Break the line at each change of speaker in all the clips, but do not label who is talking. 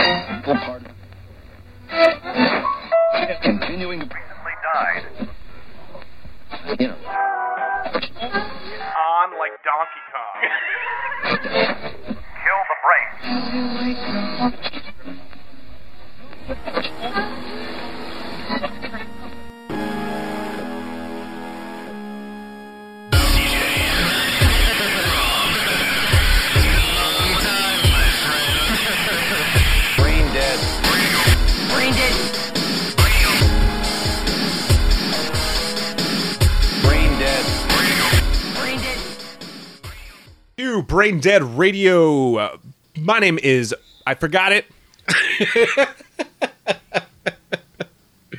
Pardon. Continuing to
died
you know,
on like Donkey Kong. Kill the brakes.
Brain dead.
Brain dead.
Brain dead.
Brain dead.
You Brain Dead Radio. Uh, my name is I forgot it.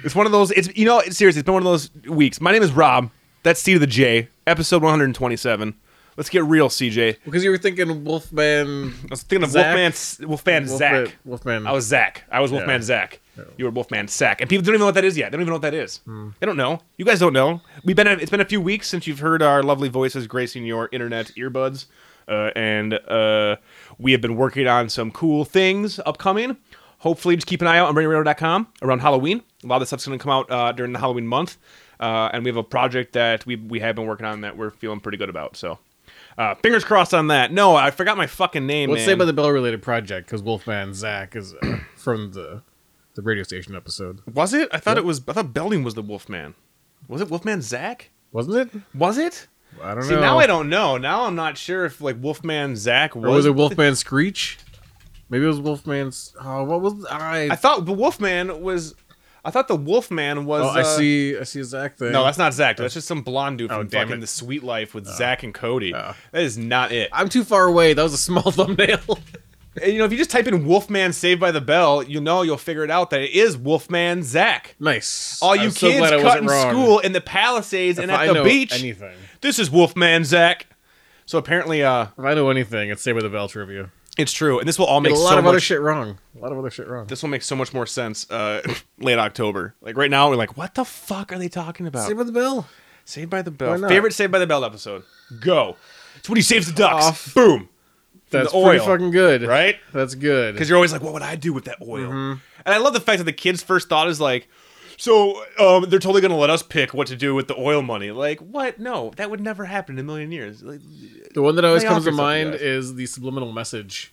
it's one of those. It's you know. It's, seriously, it's been one of those weeks. My name is Rob. That's C to the J. Episode 127. Let's get real, CJ. I
Because you were thinking Wolfman.
was thinking of
Zach?
Wolfman. S- Wolfman
Wolfman-
Zach.
Wolfman.
I was Zach. I was Wolfman
Yeah. Hmm.
Zach. You were Wolfman Sack, and people don't even know what that is yet. They don't even know what that is. They don't know. You guys don't know. We've been. It's been a few weeks since you've heard our lovely voices gracing your internet earbuds, uh, and uh, we have been working on some cool things upcoming. Hopefully, just keep an eye out on BrainRadar.com around Halloween. A lot of the stuff's going to come out uh, during the Halloween month, uh, and we have a project that we we have been working on that we're feeling pretty good about. So, uh, fingers crossed on that. No, I forgot my fucking name.
Let's
man.
say about the Bell related project because Wolfman Zach is uh, from the the radio station episode,
Was it? I thought it was. I thought Belding was the Wolfman. Was it Wolfman Zach?
wasn't it?
Was it?
I don't
See,
know.
now I don't know. Now I'm not sure if like Wolfman Zach was.
Or was it Wolfman Screech? Maybe it was Wolfman's. Oh, what was I?
I thought the Wolfman was. I thought the Wolfman was.
oh, I
uh,
see. I see a Zach thing.
No, that's not Zach. That's just some blonde dude from
damn
fucking
it.
The Sweet Life with Zach and Cody.
Oh.
That is not it.
I'm too far away. That was a small thumbnail.
And, you know, if you just type in Wolfman Saved by the Bell, you know you'll figure it out that it is Wolfman Zach.
nice.
All you
I'm so
kids
glad I
cut
wasn't
in
wrong.
school in the Palisades and
If
at
I
the
know
beach.
Anything.
This is Wolfman Zach. So apparently, uh,
If I know anything, it's Save by the Bell trivia.
It's true, and this will all
Get
make
a lot
so
of
much.
other shit wrong. A lot of other shit wrong.
This will make so much more sense. Uh, late October, like right now, we're like, what the fuck are they talking about?
Saved by the Bell.
Saved by the Bell.
Why not?
Favorite Saved by the Bell episode. Go. It's when he saves the ducks. Boom.
That's
the
pretty
oil,
fucking good,
right?
That's good.
Because you're always like, what would I do with that oil?
Mm-hmm.
And I love the fact that the kid's first thought is like, so um, they're totally gonna let us pick what to do with the oil money. Like, what? No, that would never happen in a million years. Like,
The one that always
They
comes
offer
to mind
something, guys.
is the subliminal message.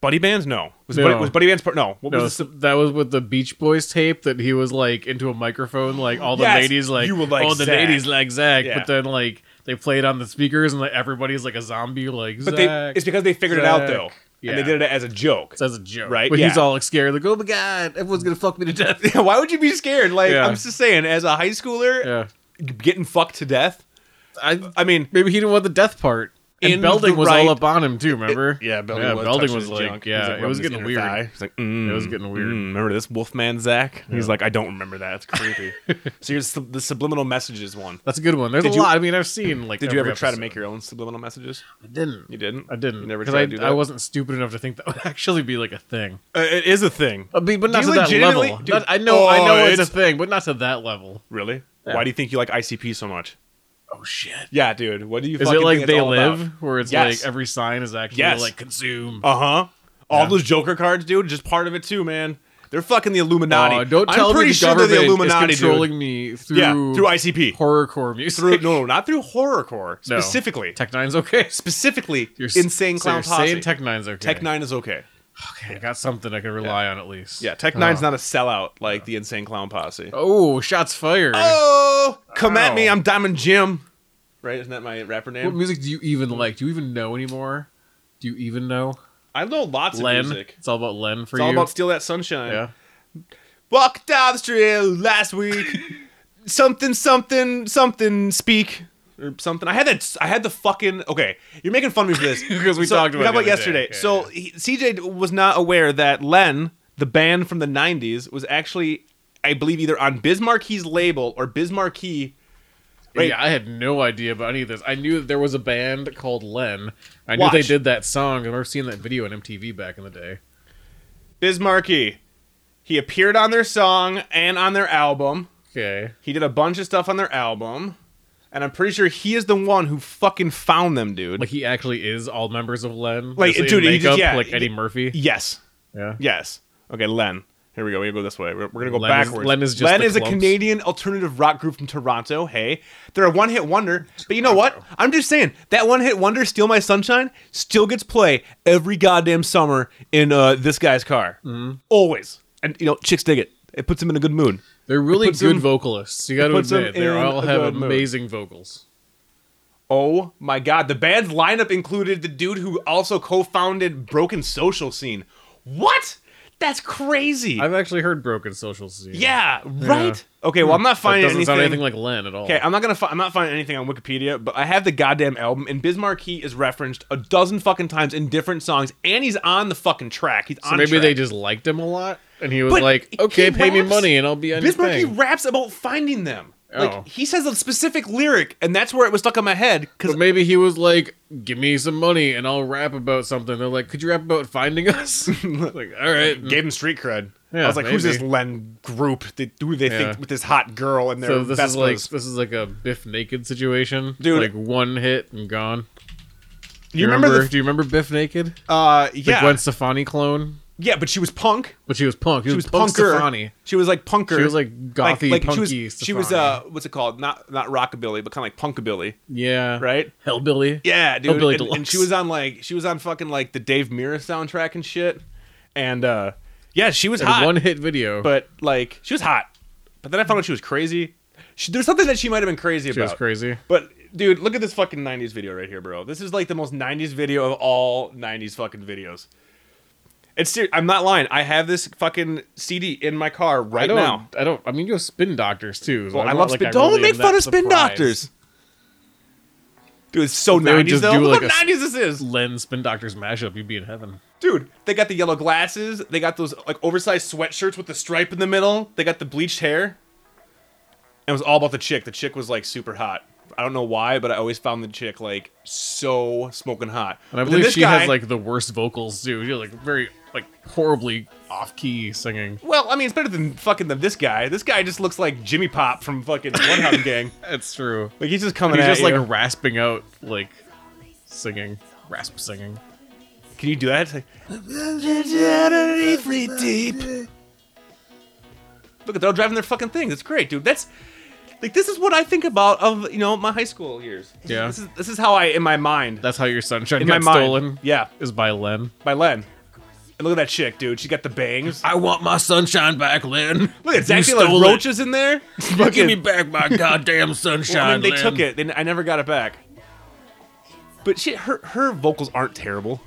buddy bands? No. Was,
No.
Buddy, was buddy bands part? No. What
No,
was the,
s- that was with the Beach Boys tape that he was like into a microphone, like all the
Yes,
ladies like,
you will like
oh the
Zach.
ladies like Zach,
Yeah.
but then like they played on the speakers and like everybody's like a zombie like
but they,
Zach.
it's because they figured it out
Zach.
though, and they
Yeah.
did it as a joke.
as a joke,
Right,
But he's
yeah.
all like scared, like oh my god, everyone's gonna fuck me to death.
Yeah, why would you be scared? Like
Yeah.
I'm just saying, as a high schooler,
yeah,
getting fucked to death.
I
I mean,
maybe he didn't want the death part.
In
And Belding
the
was
right-
all up on him too. Remember? Belding
touching
was
his
like,
junk. He
yeah,
like,
it was
rubbing his
getting
inner
weird.
thigh. He's like, mm,
It was getting weird.
mm, remember this Wolfman Zach? He's like, I don't remember that. It's creepy. so here's sub- the subliminal messages one.
That's a good one. There's
Did
a
you-
lot. I mean, I've seen like.
Did you
every
ever try to
episode.
make your own subliminal messages?
I didn't.
You didn't.
I didn't.
You never
'Cause
tried
I,
to do
I
that?
wasn't stupid enough to think that would actually be like a thing.
Uh, it is a thing.
Uh, be- But not
Do
to
you
that
legitimately-
level.
dude,
Not- I know, I
oh,
know it's,
it's-
a thing, but not to that level.
Really?
Yeah.
Why do you think you like ICP so much?
Oh shit!
Yeah, dude. What do you?
Is
fucking
it like
think it's
they
all about?
live, where it's
Yes.
like every sign is actually
Yes.
like consume?
Uh huh. All
Yeah.
those Joker cards, dude, just part of it too, man. They're fucking the Illuminati.
Oh, don't
I'm
tell
pretty
me the
sure they're
government
the Illuminati,
is
dude.
controlling me through
Yeah, through ICP.
horrorcore music.
Through no, no, not through horrorcore
No.
specifically.
Tech Nine's okay.
specifically,
You're s-
insane
so
clown
you're
posse.
Saying Tech Nine's okay.
Tech Nine is okay.
Okay, I got something I can rely on at least. Uh-huh.
Yeah, Tech Nine's not a sellout like the insane clown posse. Oh,
Oh, shots fired!
come at
Ow.
me! I'm Diamond Jim. Right? Isn't that my rapper name?
What music do you even like? Do you even know anymore? Do you even know?
I know lots
Len.
of music.
It's all about Len for
It's
you.
all about steal that sunshine.
yeah.
Walked down the street last week. something, something, something. Speak or something. I had that. I had the fucking. Okay, you're making fun of me for this
'Cause we
So,
talked about it the other
yesterday.
day. Yeah,
so he, CJ was not aware that Len, the band from the '90s, was actually, I believe, either on Bismarck's label or Bismarcky. Right.
Yeah, I had no idea about any of this. I knew that there was a band called Len. I
Watch.
knew they did that song. I remember seeing that video on MTV back in the day.
Bismarcky. He appeared on their song and on their album.
Okay.
He did a bunch of stuff on their album. And I'm pretty sure he is the one who fucking found them, dude.
Like he actually is all members of Len.
Like,
Just in
dude, he just-
makeup,
yeah,
like
he-
Eddie Murphy.
yes.
Yeah.
Yes. Okay, Len. Here we go. We go this way. We're, we're gonna go
Len is-
backwards.
Len is just
Len
the
is a
clumps.
Canadian alternative rock group from Toronto. Hey, they're a one-hit wonder. But you know what? I'm just saying that one-hit wonder, "Steal My Sunshine," still gets play every goddamn summer in uh, this guy's car. Always, and you know, chicks dig it. It puts them in a good mood.
They're really
puts
good
them-
vocalists. You got to
puts them
admit, they
in
all
a
have
good mood.
amazing vocals.
Oh my god, the band's lineup included the dude who also co-founded Broken Social Scene. What? That's crazy.
I've actually heard Broken Social Scene.
yeah, right? Okay, well I'm not
That
finding
doesn't
anything.
sound anything like Len at all.
okay, I'm not gonna. Fi- I'm not finding anything on Wikipedia, but I have the goddamn album, and Bismarcky is referenced a dozen fucking times in different songs, and he's on the fucking track. He's
so
on
maybe
track.
they just liked him a lot, and he was
But
like,
he
"Okay, pay me
raps.
money, and I'll be on your
Bismarcky
thing."
raps about finding them.
Oh.
Like he says a specific lyric, and that's where it was stuck in my head because
But maybe he was like, "Give me some money, and I'll rap about something." They're like, "Could you rap about finding us?" like, all right.
gave him street cred.
Yeah,
I was like, who's
maybe.
this Len group? They, who they
Yeah.
think with this hot girl and their
So this is
Vespas?
like this is like a Biff Naked situation,
Dude.
Like one hit and gone.
Do you remember?
do you remember Biff Naked?
the, uh,
The
yeah,
Gwen Stefani clone,
yeah, but she was punk.
but she was punk. She,
She
was,
was
punk
punker.
Stefani.
She was like punker.
She was like gothy, punky.
she was, she was
Stefani.
uh, what's it called? Not not rockabilly, but kind of like punkabilly,
yeah,
right?
hellbilly.
Yeah, dude.
Hellbilly
and, and
Deluxe.
she was on like she was on fucking like the Dave Mirra soundtrack and shit. And uh, yeah, she was hot.
one hit video.
but like she was hot. But then I found out she was crazy. She, there's something that she might have been crazy
she
about.
was crazy.
But dude, look at this fucking '90s video right here, bro. This is like the most '90s video of all '90s fucking videos. It's ser- I'm not lying. I have this fucking CD in my car
I
right
don't.
now.
I don't. I mean, you have spin doctors too. so
Well,
I'm
I
not
love
like
spin.
I
don't
really
make
am
fun
that
of spin
surprised.
doctors. Dude, it's so
They would
90s
just
though.
do,
Look
like,
how
a s-
90s this is,
Len spin doctors mashup. You'd be in heaven.
dude. They got the yellow glasses. They got those like oversized sweatshirts with the stripe in the middle. They got the bleached hair. And it was all about the chick. The chick was like super hot. I don't know why, but I always found the chick like so smoking hot.
And I
But then
believe
this
she
guy-
has like the worst vocals too. You're like very like horribly off key singing.
Well, I mean, it's better than fucking than this guy. This guy just looks like Jimmy Pop from fucking One Hop Gang.
That's true.
Like he's just coming
He's
at
just like
you.
rasping out like singing, rasp singing.
Can you do that? It's like, Look, they're all driving their fucking things. It's great, dude. That's like this is what I think about of you know my high school years.
Yeah.
This is this is how I in my mind.
That's how your sunshine
in my
got
mind.
stolen.
Yeah.
Is by Len.
By Len. And look at that chick, dude. She got the bangs.
I want my sunshine back, Len.
Look, it's actually like roaches in there. Fucking-
back my goddamn
Well,
sunshine.
I mean, they took it. They, I never got it back. But she, her her vocals aren't terrible.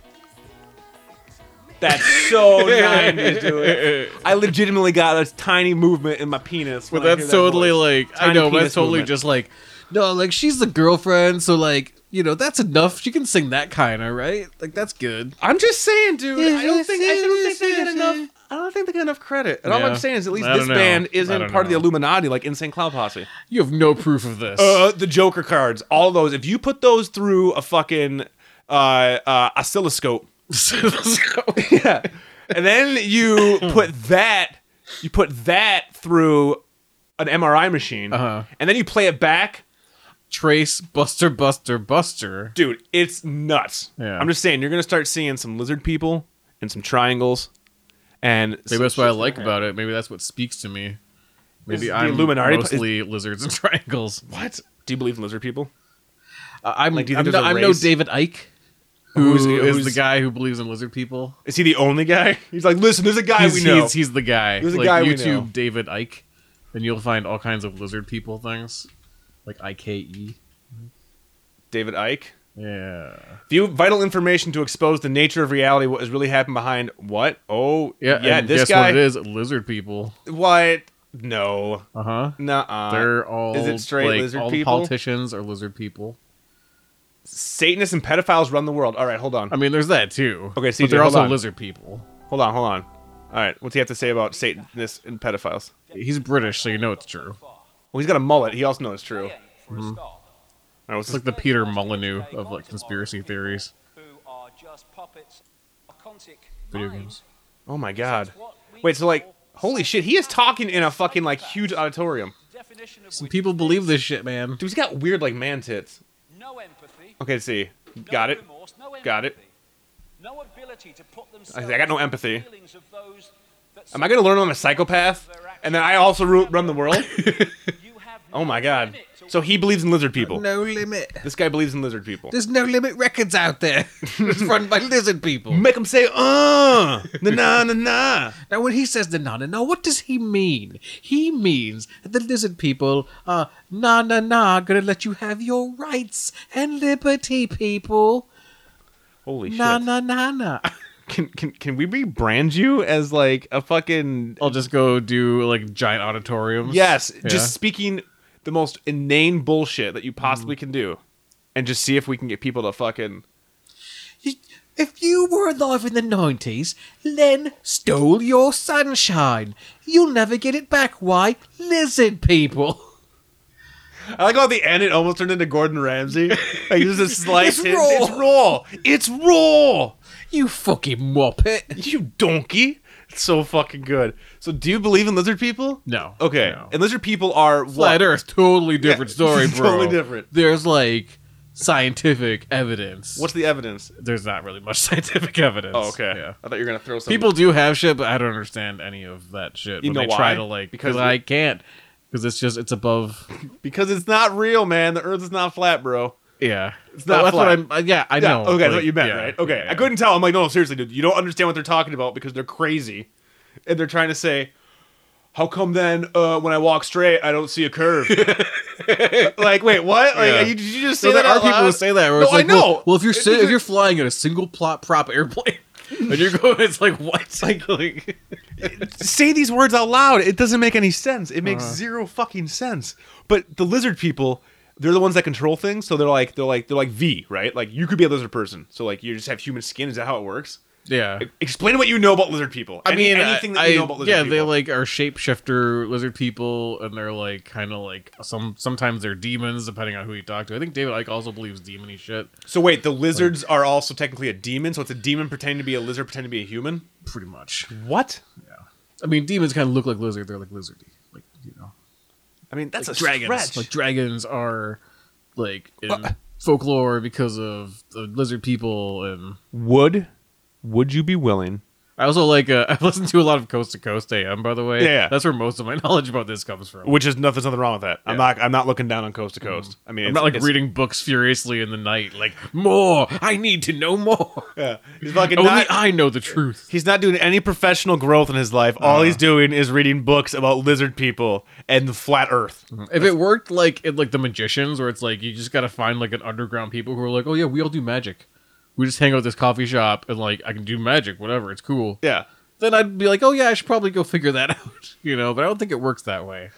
That's so 90s, dude. I legitimately got a tiny movement in my penis. when
But
I
that's
hear that
totally
voice.
like I
Tiny
know, but
penis
that's totally
movement.
just like no, like she's the girlfriend, so like you know that's enough. She can sing that kind of right. Like that's good.
I'm just saying, dude. I don't think I don't think they get enough. I don't think they get enough credit. And all
Yeah.
I'm saying is, at least
I
this
don't know.
band
I
isn't
don't
part of the
know.
Illuminati like Insane Clown Posse.
You have no proof of this.
Uh, the Joker cards, all those. If you put those through a fucking uh, uh, oscilloscope, yeah. And then you put that you put that through an MRI machine.
Uh-huh.
And then you play it back.
Trace Buster Buster Buster.
Dude, it's nuts.
Yeah.
I'm just saying you're going to start seeing some lizard people and some triangles and
Maybe
some-
that's what I like about it. Maybe that's what speaks to me. Maybe
the
I'm
Illuminati-
mostly lizards and triangles.
what? Do you believe in lizard people?
Uh, I'm
Like, do you
I'm,
think
no,
there's a
I'm no
race?
David Ike, who
Who's-
is
who's-
the guy who believes in lizard people.
Is he the only guy? He's like, "Listen, there's a guy
He's,
we know."
he's, he's the guy.
Who's the
like,
guy we
YouTube
know?
David Ike, and you'll find all kinds of lizard people things, like I K E.
David Icke.
Yeah.
View vital information to expose the nature of reality what has really happened behind what? Oh,
Yeah.
yeah,
and
this
guess
guy
what it is? Lizard people.
what? No.
Uh huh.
Nuh-uh.
They're all
is it straight
like,
lizard
all
people?
politicians are lizard people.
Satanists and pedophiles run the world. All right, hold on.
I mean, there's that too.
Okay, CJ,
but they're
hold
also
on.
lizard people.
Hold on, hold on. All right, what's he have to say about Satanists and pedophiles?
He's British, so you know it's true.
Well, he's got a mullet. He also knows it's true. Mm-hmm. All right, what's
It's
this?
like the Peter Molyneux of like conspiracy theories. Video games.
Oh my god. Wait, so like, holy shit, he is talking in a fucking like huge uh, auditorium.
Some people believe this shit, man.
Dude, he's got weird like man tits.
No empathy.
Okay, let's see.
no
Got it.
remorse, no
Got it.
empathy, No ability to put themselves
I got no empathy.
in the feelings of those
Am I gonna learn I'm a psychopath? And then I also ru- run the world? oh my god. So he believes in lizard people.
No limit.
This guy believes in lizard people.
There's no limit records out there. it's run by lizard people.
Make him say, uh, na na na na.
Now, when he says the na na na, what does he mean? He means that the lizard people are na na na gonna let you have your rights and liberty, people.
Holy
Na
shit.
na na na.
Can, can, can we rebrand you as like a fucking.
I'll just go do like giant auditoriums.
Yes,
Yeah.
just speaking the most inane bullshit that you possibly can do and just see if we can get people to fucking.
If you were alive in the 90s, Len stole your sunshine. You'll never get it back. Why? Lizard people.
I like how at the end it almost turned into Gordon Ramsay. Like just a slice.
It's
hint, It's raw. It's raw.
You fucking muppet.
You donkey. It's so fucking good. So do you believe in lizard people?
No.
Okay.
No.
And lizard people are
Flat
what?
Earth, totally different
Yeah,
story, bro.
totally different.
There's like scientific evidence.
What's the evidence?
There's not really much scientific evidence.
Oh, okay.
Yeah.
I thought you were gonna throw some
People do have shit, but I don't understand any of that shit.
You
when
know
they try
why?
to like
Because
because
we-
I can't because it's just it's above.
because it's not real, man. The Earth is not flat, bro.
Yeah, it's
not
that's
flat.
what I'm. uh, yeah, I
Yeah,
know.
Okay, that's
Like,
what you meant,
yeah,
right? Okay.
yeah, yeah.
I couldn't tell. I'm like, no, seriously, dude, you don't understand what they're talking about because they're crazy, and they're trying to say, how come then uh, when I walk straight I don't see a curve? like, wait, what? Like,
Yeah.
you, did you just say
So there
that?
are
out
people
loud?
who say that. Where
No,
it's like,
I know.
Well, well, if you're
It
si- if
doesn't-
you're flying in a single plot prop airplane, and you're going, it's like what? Like, like-
say these words out loud. It doesn't make any sense. It makes zero fucking sense. But the lizard people, they're the ones that control things. So they're like they're like they're like V, right? Like you could be a lizard person. So like you just have human skin. Is that how it works?
yeah.
Explain what you know about lizard people.
I
Any-
mean,
anything that
I,
you know about lizard
yeah,
people.
they like are shapeshifter lizard people, and they're like kind of like some. Sometimes they're demons, depending on who you talk to. I think David Icke also believes demony shit,
So wait, the lizards are also technically a demon. So it's a demon pretending to be a lizard, pretending to be a human.
pretty much.
What?
I mean, demons kind of look like lizard. They're like lizardy, like you know,
I mean, that's a
dragons.
stretch.
Like dragons are like in folklore because of the lizard people and
would would you be willing?
I also like uh, I've listened to a lot of Coast to Coast AM by the way.
Yeah.
that's where most of my knowledge about this comes from.
Which is nothing, nothing wrong with that. I'm
Yeah.
not. I'm not looking down on coast to coast. I mean,
I'm
it's-
not like
it's-
reading books furiously in the night, like more. I need to know more.
Yeah. He's fucking
Only
not-
I know the truth.
He's not doing any professional growth in his life. All he's doing is reading books about lizard people and the flat Earth.
If it worked like in like the magicians, where it's like you just gotta find like an underground people who are like, oh yeah, we all do magic. We just hang out at this coffee shop and like I can do magic, whatever. It's cool.
Yeah,
Then I'd be like, oh yeah, I should probably go figure that out, you know. But I don't think it works that way.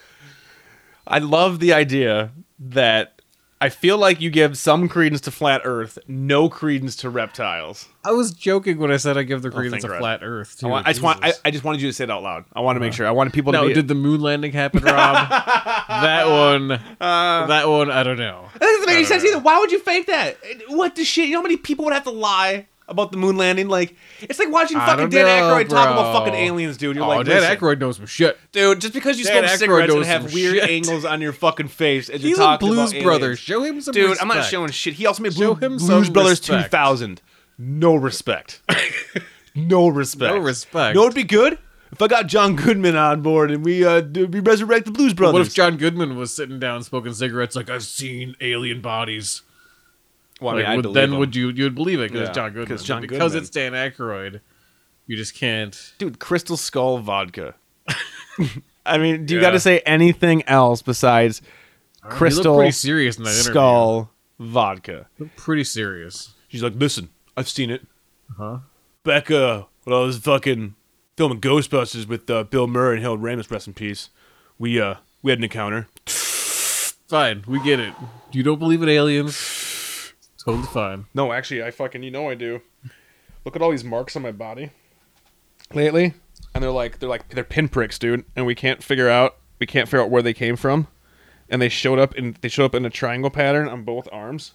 I love the idea that I feel like you give some credence to flat Earth, no credence to reptiles.
I was joking when I said I give the
thank
credence a
God.
flat Earth.
I,
Too.
want, I just want. I,
Jesus. Uh-huh.
I just wanted you to say it out loud. I want to make sure. I wanted people to.
No,
be,
did the moon landing happen, Rob? that one, that one, I don't know.
that doesn't make any
Uh, I don't
sense
know.
either. Why would you fake that? What the shit? You know how many people would have to lie about the moon landing? Like it's like watching
I
fucking Dan
don't know,
Aykroyd talk about
bro.
fucking aliens, dude. You're
oh,
like,
Dan
"Listen,
Aykroyd knows some shit.
Dude, just because you
Dan
smoke
Aykroyd
cigarettes and
knows
have
some
weird
shit.
angles on your fucking face, and
He's
you're
a
talking
Blues
about
Brother.
aliens.
Show him some
Dude, I'm not
respect.
showing shit. He also made
Show
Blue,
him
Blues
some
Brothers
respect.
2000. No respect. no respect.
No respect.
No, it'd be good if I got John Goodman on board and we uh d- we resurrect the Blues Brothers.
What if John Goodman was sitting down smoking cigarettes, like I've seen alien bodies?
Well, I
Like,
mean, Oh, I'd
would,
believe
then
him.
would you you would believe it because
Yeah,
it's John Goodman?
'cause John
because
Goodman.
it's Dan Aykroyd, you just can't.
dude Crystal Skull vodka? I mean, do you
Yeah.
got to say anything else besides
he
Crystal
looked pretty serious in that interview.
Skull vodka?
Looked Pretty serious.
She's like, listen, I've seen it. Uh-huh.
Huh?
Back uh, when I was fucking filming Ghostbusters with uh, Bill Murray and Harold Ramis, rest in peace, we uh, we had an encounter.
Fine, we get it. You don't believe in aliens? Totally fine.
No, actually, I fucking you know I do. Look at all these marks on my body lately, and they're like they're like they're pinpricks, dude. And we can't figure out we can't figure out where they came from, and they showed up in they showed up in a triangle pattern on both arms.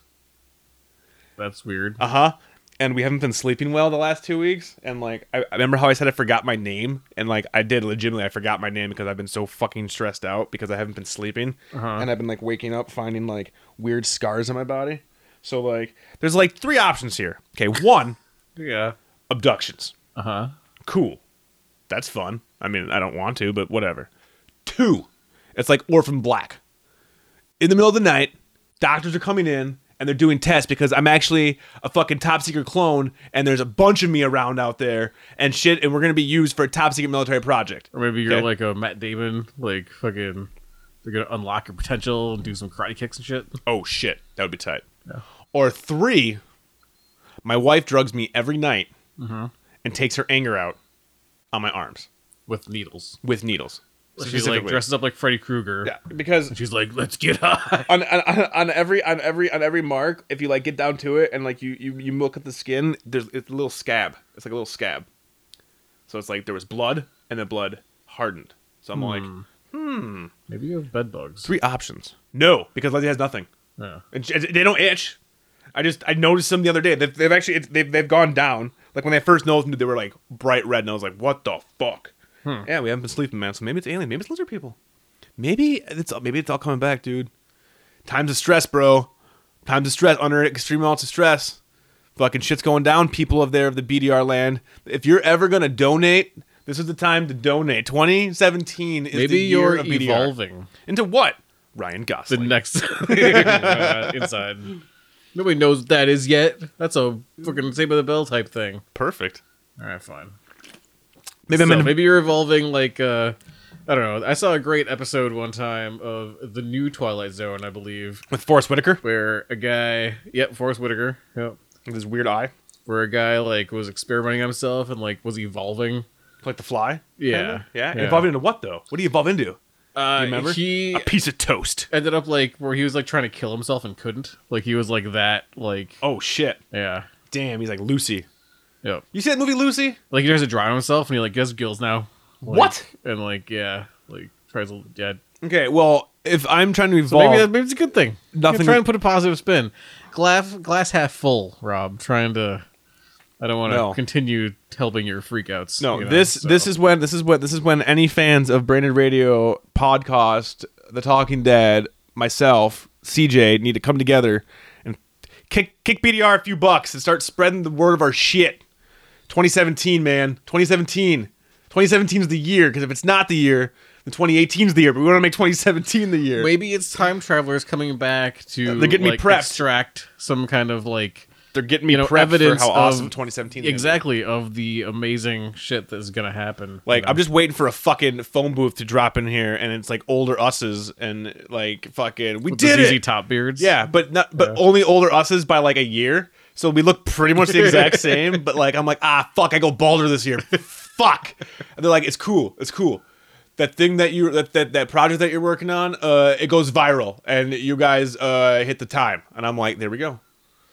That's weird.
Uh huh. And we haven't been sleeping well the last two weeks. And like, I, I remember how I said I forgot my name, and like I did legitimately, I forgot my name because I've been so fucking stressed out because I haven't been sleeping, and I've been like waking up finding like weird scars on my body. So like, there's like three options here. Okay, one
Yeah.
abductions.
Uh huh.
Cool, that's fun. I mean, I don't want to, but whatever. Two, it's like Orphan Black. In the middle of the night, doctors are coming in and they're doing tests because I'm actually a fucking top secret clone and there's a bunch of me around out there and shit, and we're gonna be used for a top secret military project.
Or maybe you're
Okay.
like a Matt Damon, like fucking. They're gonna unlock your potential and do some karate kicks and shit.
Oh shit, that would be tight. Or three, my wife drugs me every night and takes her anger out on my arms
with needles.
with needles.
She like
Specifically.
dresses up like Freddy Krueger.
Yeah, because
She's like, let's get high.
on, on on- on every on every on every mark, if you like get down to it and like you you, you look at the skin, there's it's a little scab. It's like a little scab. So it's like there was blood and the blood hardened. So I'm like
Maybe you have bed bugs.
Hmm. three options. No, because Leslie has nothing.
Yeah.
And she- They don't itch. I just I noticed them the other day. They've, they've actually it's, they've they've gone down. Like when they first noticed them, they were like bright red, and I was like, "What the fuck?"
Hmm.
Yeah, we haven't been sleeping, man. So maybe it's alien. Maybe it's lizard people. Maybe it's maybe it's all coming back, dude. Times of stress, bro. Times of stress. Under extreme amounts of stress. Fucking shit's going down, people of there of the BDR land. If you're ever gonna donate, this is the time to donate. 2017 is
Maybe
the year
you're
of BDR.
evolving
into what? Ryan
the
Gosling.
next Uh, inside. Nobody knows what that is yet. That's a fucking Save by the Bell type thing.
Perfect.
All right, fine.
Maybe I'm
So
in
maybe you're evolving like uh I don't know. I saw a great episode one time of the new Twilight Zone, I believe,
with Forrest Whitaker.
where a guy, yep, Forrest Whitaker, yep,
With his weird eye,
where a guy like was experimenting on himself and like was evolving.
like the fly.
Yeah,
Yeah.
yeah.
Evolving into what though? What do you evolve into?
Uh,
remember?
He
A piece of toast.
ended up like where he was like trying to kill himself and couldn't. Like he was like that. Like
Oh shit!
yeah,
Damn, he's like Lucy.
yep.
You see that movie Lucy?
Like he tries to drown himself and he like gets gills now. Like,
What?
And like yeah, like tries to yeah.
Okay, well, if I'm trying to
So
evolve,
maybe that, maybe it's a good thing.
Nothing-
Trying to put a positive spin. Glass glass half full, Rob. Trying to. I don't want to
No.
continue helping your freakouts.
no,
you know,
this
so.
this is when this is when this is when any fans of Branded Radio podcast, The Talking Dead, myself, CJ need to come together and kick kick BDR a few bucks and start spreading the word of our shit. 2017, man. 2017. 2017 is the year because if it's not the year, then 2018 is the year. But we want to make 2017 the year.
Maybe it's time travelers coming back to
They're getting me
like,
prepped.
extract some kind of like
they're getting me
you know,
prepped
evidence
for how awesome
of-
2017 is.
exactly of the amazing shit that's gonna happen.
Like
you know?
I'm just waiting for a fucking phone booth to drop in here, and it's like older us's, and like fucking we
With the
did
ZZ
it.
Top beards.
Yeah, but not, but only older us's by like a year, so we look pretty much the exact same. But like I'm like ah fuck, I go balder this year, fuck. And they're like it's cool, it's cool. That thing that you that that, that project that you're working on, uh, it goes viral, and you guys uh hit the time, and I'm like there we go.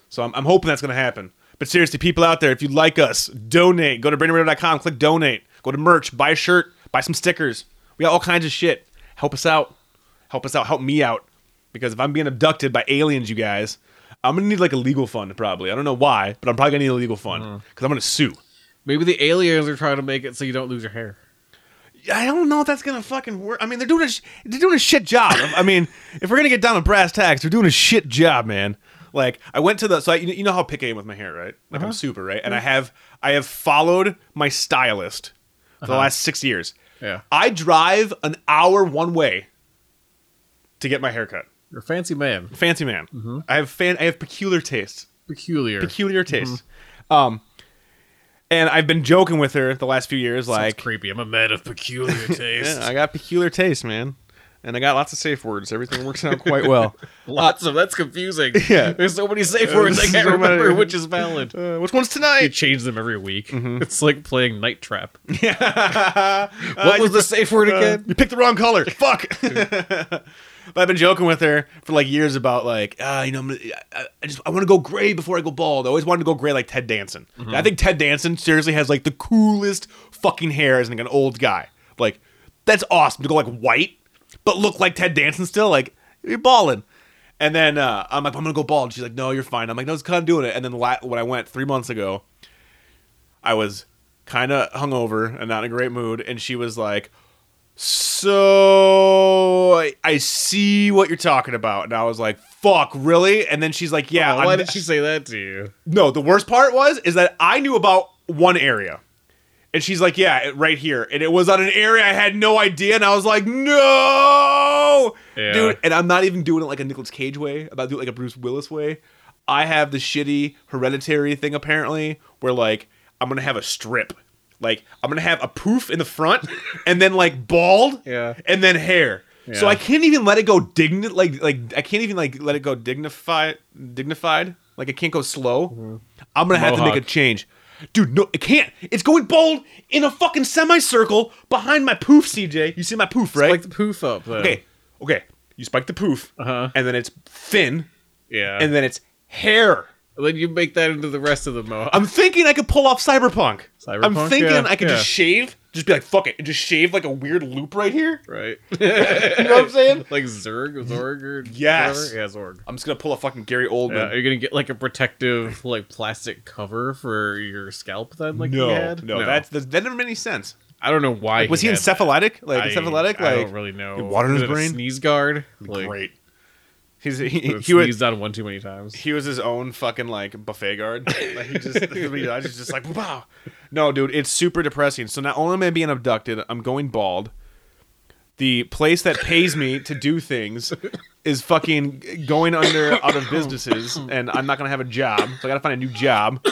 So I'm, I'm hoping that's going to happen. But seriously, people out there, if you like us, donate. Go to brainradio.com, click donate. Go to merch, buy a shirt, buy some stickers. We got all kinds of shit. Help us out. Help us out. Help me out. Because if I'm being abducted by aliens, you guys, I'm going to need like a legal fund probably. I don't know why, but I'm probably going to need a legal fund because I'm going to sue.
Maybe the aliens are trying to make it so you don't lose your hair.
I don't know if that's gonna fucking work. I mean, they're doing a sh- they're doing a shit job. I mean, if we're gonna get down to brass tacks, they're doing a shit job, man. Like I went to the so I, you you know how picky I am with my hair, right? Like I'm super right, and I have I have followed my stylist for the last six years.
Yeah.
I drive an hour one way to get my haircut.
You're a fancy man.
Fancy man. I have fan. I have peculiar tastes
Peculiar.
peculiar tastes. Um, and I've been joking with her the last few years,
Sounds
like
creepy. I'm a man of peculiar taste.
Yeah, I got peculiar taste, man. And I got lots of safe words. Everything works out quite well.
Lots of that's confusing.
Yeah.
There's so many safe words I
there's
can't
so many.
remember which is valid.
Uh, which one's
You
tonight?
change them every week. It's like playing Night Trap.
Uh,
What was
you-
the safe word
uh,
again?
You picked the wrong color. Fuck. but I've been joking with her for like years about like, ah, you know, I'm gonna, I, I just I want to go gray before I go bald. I always wanted to go gray like Ted Danson. I think Ted Danson seriously has like the coolest fucking hair as like an old guy. Like that's awesome to go like white, but look like Ted Danson still. Like you're balling. And then uh, I'm like, I'm gonna go bald. She's like, No, you're fine. I'm like, No, it's kind of doing it. And then la- when I went three months ago, I was kind of hungover and not in a great mood, and she was like, "So I- I see what you're talking about," and I was like, "Fuck, really?" And then she's like, "Yeah."
Uh-huh. Why
I'm-
did she say that to you?
no, the worst part was is that I knew about one area, And she's like, yeah, it- right here. And it was on an area I had no idea. And I was like, no,
Yeah.
dude. And I'm not even doing it like a Nicolas Cage way. I'm not doing it like a Bruce Willis way. I have the shitty hereditary thing apparently, where like I'm gonna have a strip. Like I'm gonna have a poof in the front, and then like bald,
Yeah.
and then hair. So
Yeah.
I can't even let it go digni like like I can't even like let it go dignified dignified. Like I can't go slow. I'm gonna have to make
Mm-hmm. Mohawk.
a change. Dude, no, it can't. It's going bald in a fucking semicircle behind my poof, CJ. You see my poof, right?
Like the poof up. Though.
okay, okay. You spike the poof,
Uh-huh.
and then it's thin,
Yeah.
and then it's hair.
then you make that into the rest of the mohawk.
I'm thinking I could pull off cyberpunk. I'm
Cyberpunk?
thinking
Yeah,
I could
yeah.
just shave, just be like, fuck it, and just shave like a weird loop right here.
Right.
You know what I'm saying?
like Zerg, Zorg, or
Yes.
whatever? Yeah, Zorg.
I'm just gonna pull a fucking Gary
Yeah,
Oldman.
are you gonna get like a protective like plastic cover for your scalp then? Like
no,
he had?
no, that's that that never made any sense.
I don't know why.
Was he
had
encephalitic? Like
that. I-
encephalitic?
I
like
don't really know.
Did water in
Was
his
it a
brain?
Sneeze guard. Like,
great. He's he, he,
He
he was
sneezed on one too many times.
he was his own fucking like buffet guard. Like he just his eyes is just like wow. No, dude, it's super depressing. So not only am I being abducted, I'm going bald. The place that pays me to do things is fucking going under out of businesses, and I'm not gonna have a job. So I gotta find a new job.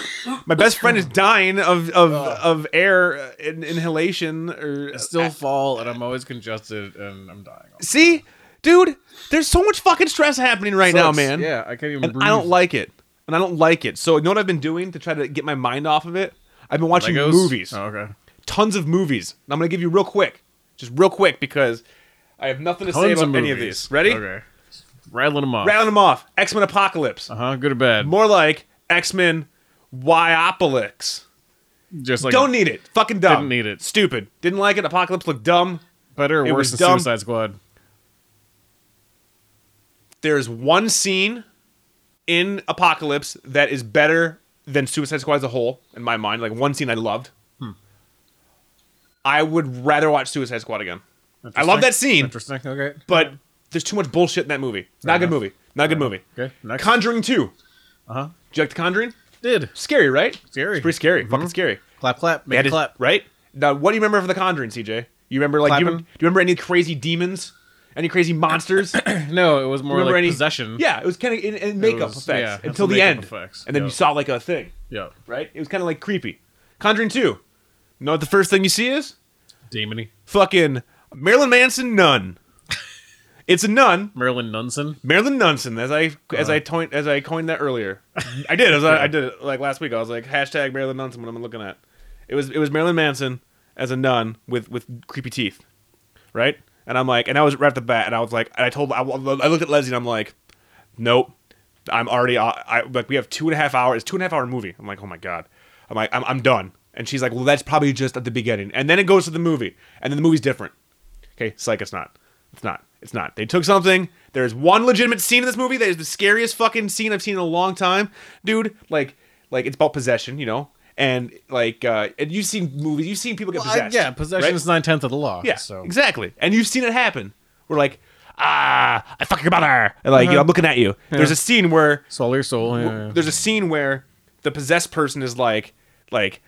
My best friend is dying of of, of air uh, in, inhalation or uh,
Still fall, and I'm always congested, and I'm dying.
See, dude, there's so much fucking stress happening right now,
Sucks.
man.
Yeah, I can't even.
And
breathe.
I don't like it. And I don't like it. So you know what I've been doing to try to get my mind off of it? I've been watching
Legos?
movies.
Oh, okay.
Tons of movies. And I'm gonna give you real quick. Just real quick because I have nothing to say
Tons
about
of
any of
movies.
these. Ready?
Okay. Rattling them off.
Rattling them off. X Men Apocalypse.
uh huh. Good or bad?
More like X Men Wyopolix.
Just like
Don't need it. Fucking dumb.
Didn't need it.
Stupid. Didn't like it. Apocalypse looked dumb.
better
It
or worse
was
than
dumb.
Suicide Squad.
there's one scene in Apocalypse that is better than Suicide Squad as a whole in my mind. Like one scene I loved.
Hmm.
I would rather watch Suicide Squad again. I love
Interesting.
that scene,
Interesting. Okay.
but there's too much bullshit in that movie. It's not a good
enough.
movie. Not a good movie.
Okay. Next.
Conjuring Two.
uh huh.
Did you like the Conjuring?
Did.
Scary, right?
Scary.
It's pretty scary. Fucking scary.
Clap, clap.
They had
Make a
to-
clap.
Right? Now, what do you remember from the Conjuring, CJ? You remember like do you,
Clapping.
do you remember any crazy demons? Any crazy monsters?
No, it was more
remember
like
any
possession.
Yeah, it was kind of in, in makeup
was- yeah,
effects
that's
until
the
the
makeup
end,
effects,
and then
yeah.
you saw like a thing,
Yeah.
right? It was kind of like creepy. Conjuring Two. You know what the first thing you see is?
Demony.
Fucking Marilyn Manson nun. It's a nun,
Marilyn Nunson.
Marilyn Nunson, as I
Uh-huh.
as I coined as I coined that earlier. I did. As I, I did it like last week. I was like hashtag Marilyn Nunson. What I'm looking at. It was it was Marilyn Manson as a nun with with creepy teeth, right? And I'm like, and I was right at the bat, and I was like, and I told I, I looked at Leslie, and I'm like, nope, I'm already I like we have two and a half hours. It's two and a half hour movie. I'm like, oh my god. I'm like, I'm, I'm done. And she's like, well, that's probably just at the beginning, and then it goes to the movie, and then the movie's different. Okay, psych, it's not. It's not. It's not. They took something. There's one legitimate scene in this movie that is the scariest fucking scene I've seen in a long time, dude. Like, like it's about possession, you know, and like, uh, and you've seen movies, you've seen people get
Well, I-
possessed.
yeah, possession
right?
is nine tenths of the law.
Yeah,
so
exactly. And you've seen it happen. We're like, ah, I fuck your mother. And like, you know, I'm looking at you. There's a scene where
swallow your soul. Yeah, yeah.
there's a scene where the possessed person is like like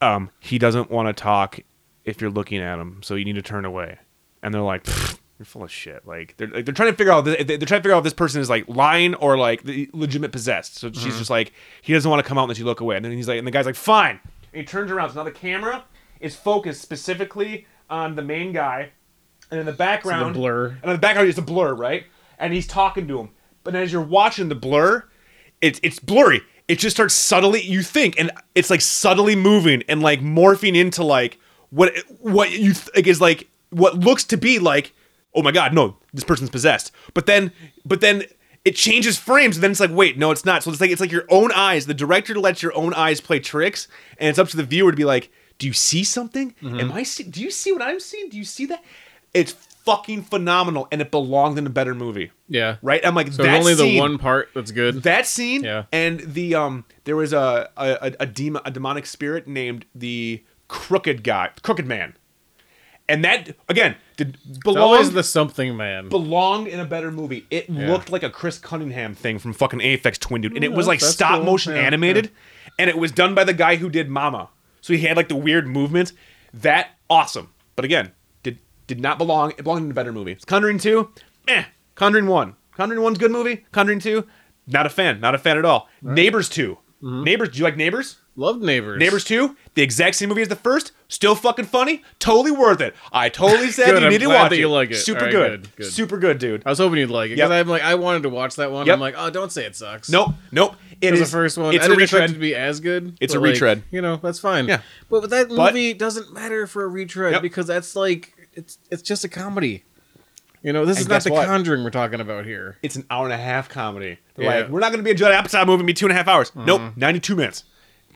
um he doesn't want to talk if you're looking at him so you need to turn away and they're like "Pfft, you're full of shit like they're like, they're trying to figure out th- they're trying to figure out if this person is like lying or like the legitimate possessed so
Mm-hmm.
she's just like he doesn't want to come out unless you look away and then he's like and the guy's like fine and he turns around so now the camera is focused specifically on the main guy and in the background
blur.
and in the background is a blur right and he's talking to him but as you're watching the blur it's it's blurry it just starts subtly you think and it's like subtly moving and like morphing into like what what you think is like what looks to be like oh my god no this person's possessed but then but then it changes frames and then it's like wait no it's not so it's like it's like your own eyes the director lets your own eyes play tricks and it's up to the viewer to be like do you see something am i see- do you see what i'm seeing do you see that it's fucking phenomenal and it belonged in a better movie
yeah.
right i'm like
So
that
there's only
scene-
the one part that's good.
that scene
Yeah.
and the um there was a a, a, a demon a demonic spirit named the crooked guy crooked man and that again did
It's always
belongs
the something man.
belonged in a better movie it
Yeah.
looked like a chris cunningham thing from fucking aphex twin dude and it was
Yeah,
like
Mm, that's
stop
cool.
motion
Yeah,
animated and it was done by the guy who did mama So he had like the weird movements. That awesome. But again, did did not belong. It belonged in a better movie. It's Conjuring Two. Eh. Conjuring One. Conjuring One's a good movie. Conjuring Two. Not a fan. Not a fan at all. Neighbors 2
Mm-hmm.
Neighbors. Do you like Neighbors?
Loved Neighbors.
Neighbors 2, the exact same movie as the first, still fucking funny, totally worth it. I totally said
Good,
you
I'm
need to
glad
watch
that
it.
you like it.
Super
All right,
good.
good, Uh, good.
Super good, dude.
I was hoping you'd like it because
Yep.
I'm like I wanted to watch that one.
Yep.
I'm like, oh, don't say it sucks.
Nope, nope. It
It
is
was the first one.
It's
I
a
didn't expect it
retread.
to be as good.
It's a
but, like,
retread.
you know, that's fine.
Yeah.
But, but that
But-
movie doesn't matter for a retread
Yep.
because that's like it's it's just a comedy. You know, this
And
is not
guess
the
what?
Conjuring we're talking about here.
It's an hour and a half comedy. They're
Yeah. Mm-hmm.
like, we're not going to be a Judd Apatow movie, be two and a half hours. Nope, 92 minutes.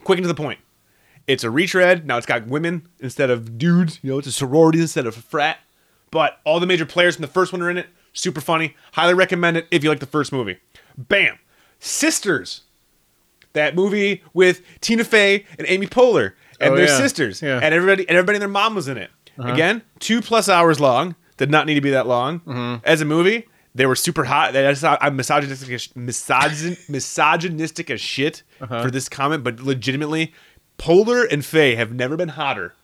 Quick and to the point. It's a retread. Now it's got women instead of dudes. You know, it's a sorority instead of a frat. But all the major players from the first one are in it. Super funny. Highly recommend it if you like the first movie. Bam. Sisters. That movie with Tina Fey and Amy Poehler and
Oh,
their
yeah.
sisters.
Yeah.
And everybody and everybody and their mom was in it.
Uh-huh.
Again, two plus hours long. Did not need to be that long.
Mm-hmm.
As a movie, they were super hot. They- that's how- I'm misogynistic, as, misogyn, misogynistic as shit
Uh-huh.
for this comment, but legitimately, Polar and Faye have never been hotter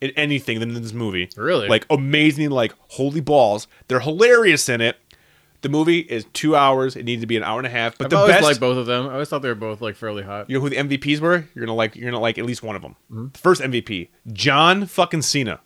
in anything than in this movie.
Really?
Like amazing, like holy balls. They're hilarious in it. The movie is two hours. It needs to be an hour and a half. But
I've
the
always
best,
liked both of them. I always thought they were both like fairly hot.
you know who the MVPs were? You're gonna like. You're gonna like at least one of them.
Mm-hmm.
The first MVP, John fucking Cena.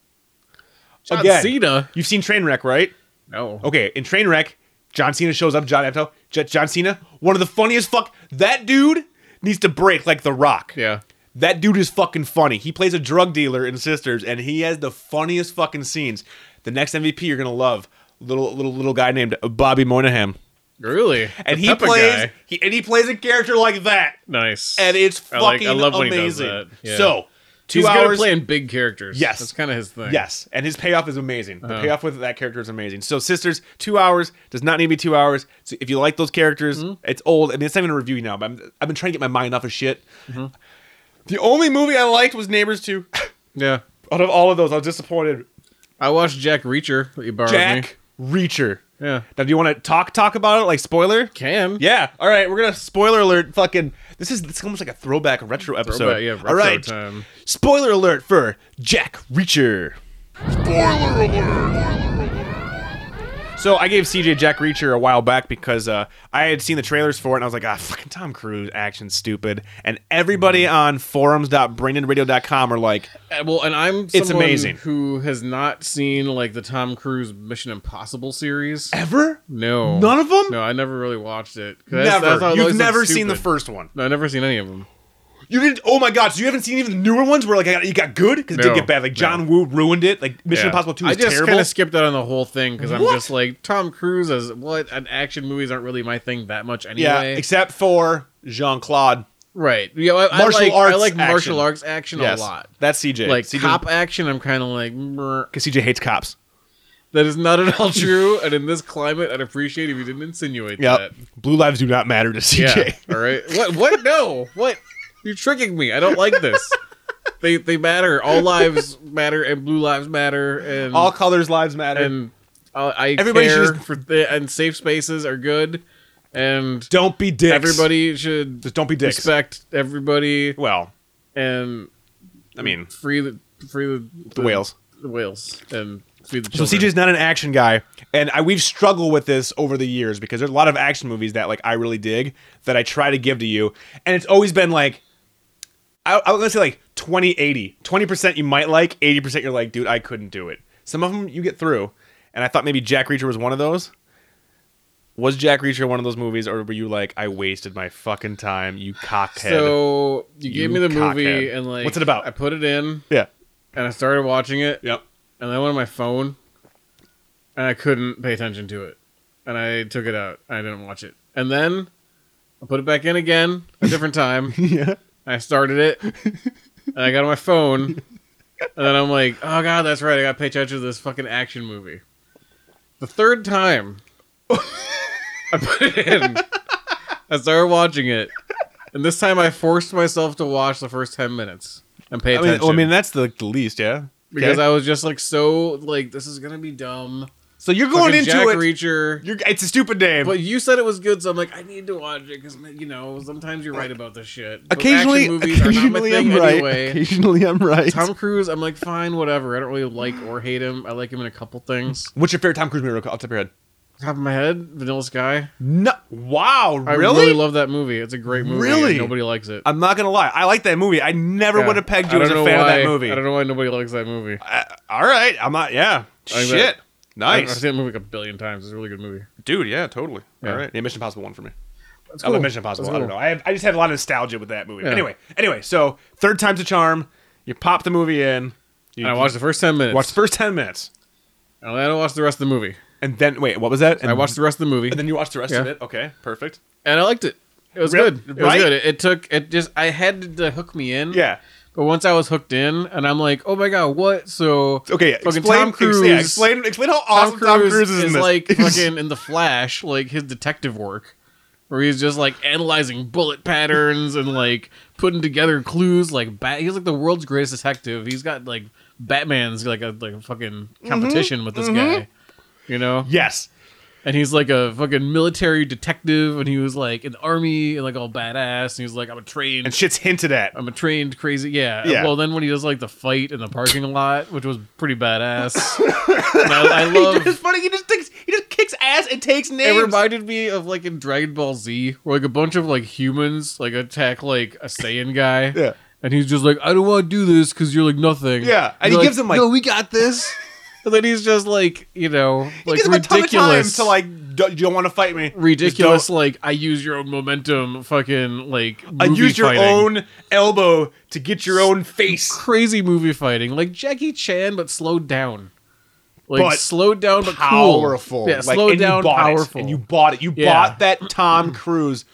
John
Again,
Cena.
You've seen Trainwreck, right?
No.
Okay, in Trainwreck, John Cena shows up. John Apatow. J- John Cena, one of the funniest fuck. That dude needs to break like The Rock.
Yeah.
That dude is fucking funny. He plays a drug dealer in Sisters, and he has the funniest fucking scenes. The next MVP you're gonna love, little little little guy named Bobby Moynihan,
Really.
and
The
he
Peppa
plays
guy.
he, and he plays a character like that
nice.
and it's
I
fucking
like- I love when he
amazing.
does that. Yeah.
So two
He's good at
hours.
playing big characters.
Yes.
that's kind of his thing. Uh-huh.
Yes, and his payoff is amazing. The payoff with that character is amazing. So sisters, two hours does not need to be two hours. So if you like those characters,
Mm-hmm.
it's old. I mean, it's not even a review now, but I'm, I've been trying to get my mind off of shit.
Mm-hmm.
The only movie I liked was Neighbors Two.
Yeah.
Out of all of those, I was disappointed.
I watched Jack Reacher that you borrowed
Jack Reacher.
me. Yeah.
Now, do you want to talk talk about it like spoiler?
Can.
Yeah. All right. We're gonna spoiler alert. Fucking. This is. This is almost like a throwback retro episode.
Throwback, yeah, retro
All right.
time.
Spoiler alert for Jack Reacher. So I gave CJ Jack Reacher a while back because uh, I had seen the trailers for it and I was like, ah, fucking Tom Cruise action stupid. And everybody
Mm-hmm.
on forums.brainandradio.com are like,
Uh, Well, and I'm
It's
someone
amazing.
who has not seen like the Tom Cruise Mission Impossible series.
ever?
No,
None of 'em?
No, I never really watched it. 'Cause that's-
Never.
that's how it
You've
always looked
never seen the
stupid.
first one.
No, I've never seen any of them.
You didn't. Oh my god! So you haven't seen even the newer ones where like I got- it got good because it
No,
did get bad. Like John Woo ruined it. Like Mission Impossible Two
I
is
just
terrible.
kind of skipped out on the whole thing because I'm
What?
just like Tom Cruise as what? And action movies aren't really my thing that much anyway.
yeah, except for Jean Claude.
right. You know, I,
Martial
I like, I
arts
like
action.
martial arts action a lot.
That's CJ.
Like
CJ,
cop action, I'm kind of like. "Meh."
because CJ hates cops.
That is not at all true, and in this climate, I'd appreciate if you didn't insinuate
Yep.
that.
Blue lives do not matter to CJ.
Yeah. All right. What? What? No. What? You're tricking me. I don't like this. they they matter. All lives matter, and blue lives matter, and
All colors lives matter.
and uh, I
Everybody should
care
just-
for th- and safe spaces are good, and
don't be dicks.
everybody should
just don't be dicks.
respect everybody
Well,
and
I mean
free the free the,
the whales.
the whales and free the
So
children.
CJ's not an action guy, and I we've struggled with this over the years because there's a lot of action movies that like I really dig that I try to give to you, and it's always been like I, I was gonna say like 20 80 20 percent you might like, eighty percent you're like, dude, I couldn't do it. Some of them you get through, and I thought maybe Jack Reacher was one of those. Was Jack Reacher one of those movies, or were you like, I wasted my fucking time, you cockhead?
So you gave
You
me the movie
cockhead.
and like
What's it about?
I put it in
yeah,
and I started watching it.
yep.
and I went on my phone, and I couldn't pay attention to it, and I took it out. I didn't watch it, and then I put it back in again a different time.
Yeah.
I started it, and I got on my phone, and then I'm like, oh god, that's right. I got to pay attention to this fucking action movie. The third time, I put it in. I started watching it, and this time I forced myself to watch the first ten minutes and pay
I mean,
attention
well, I mean that's the, the least, yeah.
because
Okay.
I was just like so like this is gonna be dumb.
So you're
Fucking
going into
Jack
it.
Reacher.
You're, it's a stupid name.
But you said it was good, so I'm like, I need to watch it because you know sometimes you're right about this shit. But
occasionally,
action movies are not
occasionally
my
I'm
thing
right.
anyway.
Occasionally I'm right.
Tom Cruise, I'm like, fine, whatever. I don't really like or hate him. I like him in a couple things.
What's your favorite Tom Cruise movie? Off the top of your head.
Top of my head, Vanilla Sky.
No. Wow.
I
really?
really love that movie. It's a great movie. and
Really?
nobody likes it.
I'm not gonna lie. I like that movie. I never
Yeah.
would have pegged
I
you
don't
as a
know
fan of
why-
that movie.
I don't know why nobody likes that movie.
Uh, all right. I'm not. Yeah.
like
Shit.
that. I- I've
Nice,
seen that movie like a billion times. It's a really good movie.
dude. Yeah. Totally.
Yeah.
All right. Yeah. Mission Impossible one for me.
That's
I love Mission Impossible. I don't know. I, have, I just had a lot of nostalgia with that movie.
Yeah.
Anyway. Anyway. So third time's a charm. You pop the movie in. You
And I watched the first ten minutes.
watch the first ten minutes,
and I don't watch the rest of the movie.
and then wait. What was that? And
I watched the rest of the movie.
And then you watched the rest of
Yeah.
it. Okay. Perfect.
and I liked it. It was
Really?
good. It was
Right?
good. It, it took it just I had to hook me in.
Yeah.
But once I was hooked in, and I'm like, oh my god, what? So
Okay.
Fucking
explain,
Tom
ex- yeah,
Cruise-
explain. Explain how
Tom,
awesome
Cruise is,
in this.
like fucking in the Flash, like his detective work, where he's just like analyzing bullet patterns and like putting together clues. Like bat, he's like the world's greatest detective. He's got like Batman's like a like a fucking
Mm-hmm.
competition with this guy. You know,
yes.
and he's like a fucking military detective, and he was like in the army and like all badass, and he's like, I'm a trained,
And shit's hinted at.
I'm a trained crazy, yeah.
Yeah.
Well, then when he does like the fight in the parking lot, which was pretty badass, And I, I love.
funny. He just takes, he just kicks ass and takes names.
It reminded me of like in Dragon Ball Z, where like a bunch of like humans like attack like a Saiyan guy,
Yeah.
and he's just like, I don't want to do this because you're like nothing,
Yeah, and
They're
he gives him, like-
no, we got this. And then he's just like, you know,
He
like
gives him a ton
ridiculous
of time to like, do, you don't want to fight me.
ridiculous
Just
like I use your own momentum fucking like
don't- I
movie
used your
fighting.
own elbow to get your own face.
crazy movie fighting like Jackie Chan but slowed down. Like
But
slowed down but cool.
Powerful.
Yeah,
Like,
slowed
and you
down
bought it,
powerful.
and you bought it. You
Yeah.
bought that Tom Cruise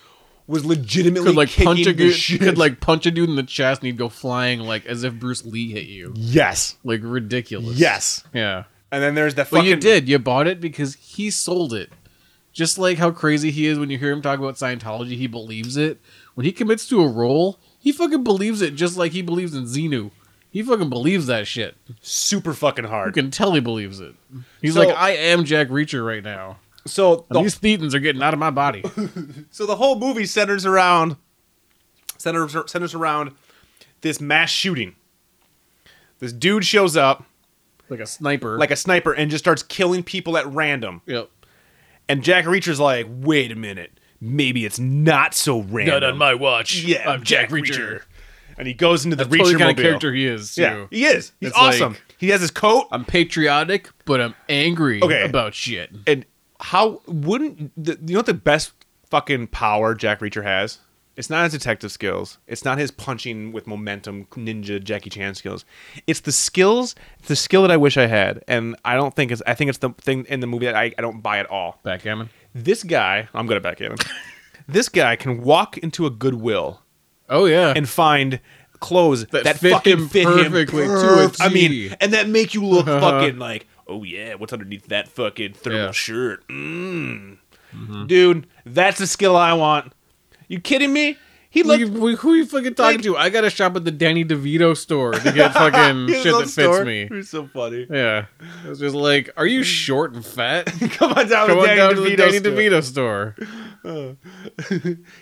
was legitimately
could like
kicking
punch a
the
dude
shit.
could like punch a dude in the chest and he'd go flying like as if Bruce Lee hit you.
yes,
Like ridiculous.
yes.
Yeah.
And then there's that
But
fucking
you did. You bought it because he sold it. Just like how crazy he is when you hear him talk about Scientology, he believes it. When he commits to a role, he fucking believes it just like he believes in Xenu. He fucking believes that shit.
super fucking
You
hard.
can tell he believes it. He's
So-
like, I am Jack Reacher right now.
So
And
the
these thetans are getting out of my body.
So the whole movie centers around centers centers around this mass shooting. This dude shows up
like a sniper.
like a sniper and just starts killing people at random.
yep.
And Jack Reacher's like, "Wait a minute, maybe it's not so random."
watch.
yeah, And he goes into the
That's
Reacher
totally the kind of
mobile.
character he is, too.
yeah, he is. He's
It's
awesome.
like-
he has his coat.
I'm patriotic, but I'm angry
Okay.
about shit.
and how wouldn't the, you know what the best fucking power Jack Reacher has? It's not his detective skills. It's not his punching with momentum ninja Jackie Chan skills. It's the skills, it's the skill that I wish I had, and I don't think it's. I think it's the thing in the movie that I, I don't buy at all.
Backgammon.
This guy, I'm gonna back in. this guy can walk into a Goodwill
Oh, yeah.
and find clothes that,
That fit
fucking
him
fit
perfectly
him
to a
perf- I
T.
mean, and that make you look fucking like, oh yeah, what's underneath that fucking thermal
Yeah. Mm-hmm.
shirt? Mm. Dude, that's the skill I want. You kidding me? He
Who
looked.
you- who, who you fucking talking
like-
to? I gotta shop at the Danny DeVito store to get fucking
He
shit
was
that
on
fits
store.
me.
You're so funny.
Yeah, I was just like, "Are you short and fat?
Come on down,
Come
with Danny
on down to
DeVito
the Danny
store.
DeVito store."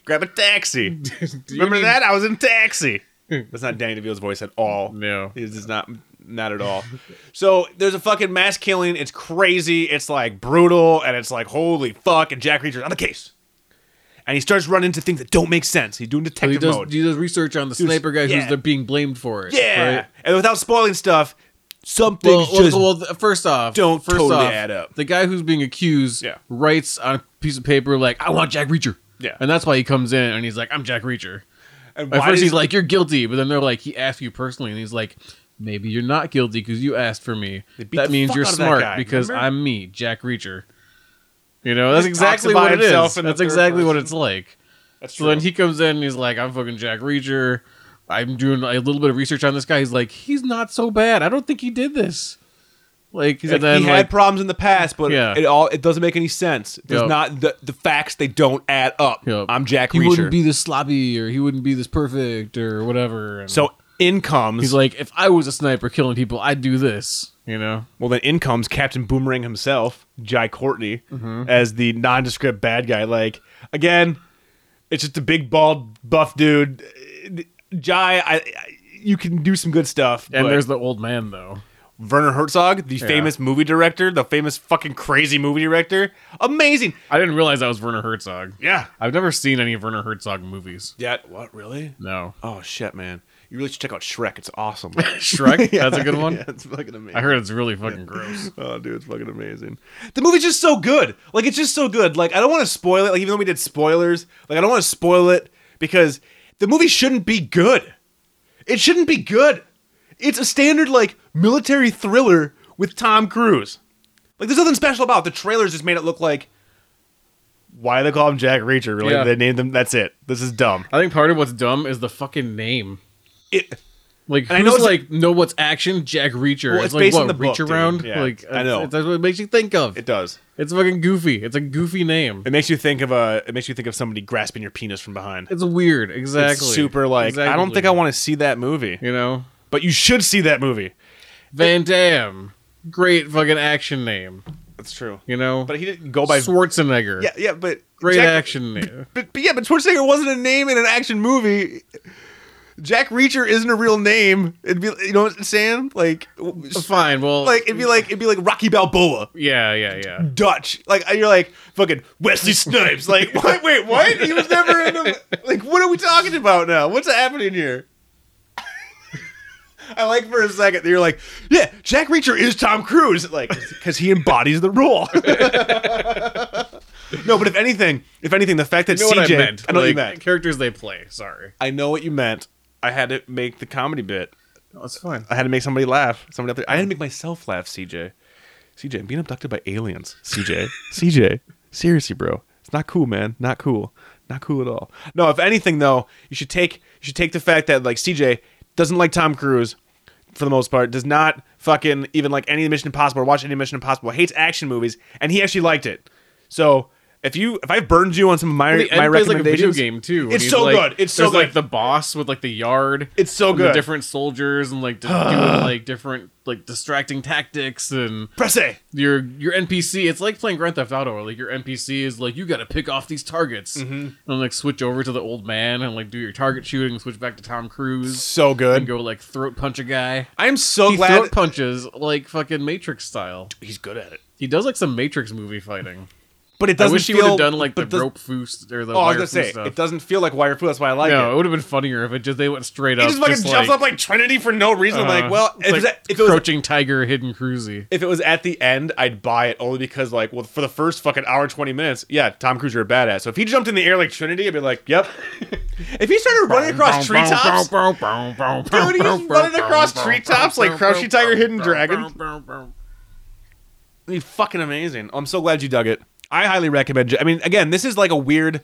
Grab a taxi.
Do you
Remember
need-
that? I was in taxi. That's not Danny DeVito's voice at all.
No.
It's just not not at all. so there's a fucking mass killing. It's crazy. It's like brutal, and it's like holy fuck. And Jack Reacher's on the case, and he starts running into things that don't make sense. He's doing
He
detective
does,
mode.
he does research on the sniper guy
yeah.
who's they're being blamed for it.
yeah,
right?
and without spoiling stuff, some
Well,
things
well,
just
well, th- first off,
don't
first
totally
off,
add up.
The guy who's being accused
Yeah.
writes on a piece of paper like, "I want Jack Reacher."
Yeah.
and that's why he comes in and he's like, "I'm Jack Reacher."
and
At
why
first,
does-
he's like, "You're guilty," but then they're like, "He asked you personally," and he's like, "Maybe you're not guilty because you asked for me.
They beat
That
the
means
fuck
you're
out of that
smart
guy,
because
remember?
I'm me, Jack Reacher." You know, that's
He talks
exactly
about
what it is.
himself in the
That's
third
exactly what
person.
it's like.
That's
So then
true.
he comes in and he's like, "I'm fucking Jack Reacher." I'm doing a little bit of research on this guy. He's like, "He's not so bad. I don't think he did this." Like,
He's
and
like,
then
he
like,
had problems in the past, but
Yeah.
it all it doesn't make any sense. There's
Yep.
not the, the facts they don't add up.
you know,
I'm Jack
He
Reacher.
wouldn't be this sloppy, or he wouldn't be this perfect, or whatever. And
So in comes
He's like, if I was a sniper killing people, I'd do this. You know,
well then in comes Captain Boomerang himself, Jai Courtney, as the nondescript bad guy. Like again, it's just a big bald buff dude. Jai, I, I you can do some good stuff.
and
but-
there's the old man though.
Werner Herzog, the famous movie director, the famous fucking crazy movie director. Amazing.
I didn't realize that was Werner Herzog.
Yeah.
I've never seen any of Werner Herzog movies.
Yeah. What really?
No,
Oh shit, man. You really should check out Shrek. It's awesome.
Shrek. That's a good one.
yeah, it's fucking amazing.
I heard it's really fucking gross.
Oh, dude, it's fucking amazing. The movie's just so good. Like, it's just so good. Like, I don't want to spoil it. Like, even though we did spoilers, like, I don't want to spoil it because the movie shouldn't be good. It shouldn't be good. It's a standard, like, military thriller with Tom Cruise. Like, there's nothing special about it. The trailers just made it look like. Why they call him Jack Reacher? Really?
Yeah.
They named him. That's it. This is dumb.
I think part of what's dumb is the fucking name.
It,
Like
And I
who's
know it's-
like know what's action? Jack Reacher.
Well, it's
like
based
what
on the book,
Reach
dude.
around.
Yeah,
Like
I know.
it's- that's what it makes you think of.
it does.
it's fucking goofy. It's a goofy name.
It makes you think of a. It makes you think of somebody grasping your penis from behind.
It's weird. Exactly.
It's super like I don't think I
Exactly.
want to see that movie.
You know,
But you should see that movie.
Van Damme. Great fucking action name.
That's true.
You know,
But he didn't go by
Schwarzenegger.
Yeah, yeah, but
Great
Jack-
action name.
But, but yeah, but Schwarzenegger wasn't a name in an action movie. Jack Reacher isn't a real name. It'd be you know what I'm saying? Like w-
Fine. Well,
like it'd be like it'd be like Rocky Balboa.
yeah, yeah, yeah.
Dutch, like you're like fucking Wesley Snipes, like what? Wait, what? He was never in a like. What are we talking about now? What's happening here? I like for a second that you're like, yeah, Jack Reacher is Tom Cruise, like because he embodies the role. no, but if anything, if anything, the fact that
You know
CJ,
what I meant?
I know what you
Like,
meant.
Characters they play. Sorry.
I know what you meant. I had to make the comedy bit.
That's fine.
I had to make somebody laugh. Somebody up there. I had to make myself laugh, CJ. CJ, I'm being abducted by aliens. CJ. CJ. Seriously, bro. It's not cool, man. Not cool. Not cool at all. No, if anything though, you should take you should take the fact that like CJ doesn't like Tom Cruise for the most part, does not fucking even like any Mission Impossible or watch any Mission Impossible, hates action movies, and he actually liked it. So if you if I burned you on some of my
It
my
plays like a
recommendations,
video game too. when
It's
he's,
so
like-
good. It's so
there's,
good.
like the boss with like the yard.
It's so
and
good.
The different soldiers and like di- doing like different like distracting tactics and
press A.
your your NPC. It's like playing Grand Theft Auto. Where, like your NPC is like you got to pick off these targets
Mm-hmm.
and like switch over to the old man and like do your target shooting. Switch back to Tom Cruise
So
and
good.
go like throat punch a guy.
I'm so
He
glad
throat punches like fucking Matrix style.
he's good at it.
He does like some Matrix movie fighting.
But it
I
doesn't
wish he
feel
would have done like the
but does-
rope foost or the
Oh, I was
wire
gonna say
foo stuff.
it doesn't feel like wire foo. That's why I like
no, it
it.
would have been funnier if it just they went straight
He
up.
just fucking
just,
jumps
like,
up like Trinity for no reason. I'm
uh,
like, well,
it's
if, it was
like
at- if it was,
crouching tiger, hidden cruisy.
if it was at the end, I'd buy it only because like, well, for the first fucking hour and twenty minutes, yeah, Tom Cruise, you're a badass. So if he jumped in the air like Trinity, I'd be like, yep. if he started running across treetops,
dude,
he's running across treetops like Crouching Tiger, Hidden Dragon. It'd be fucking amazing. I'm so glad you dug it. I highly recommend. I mean, again, this is like a weird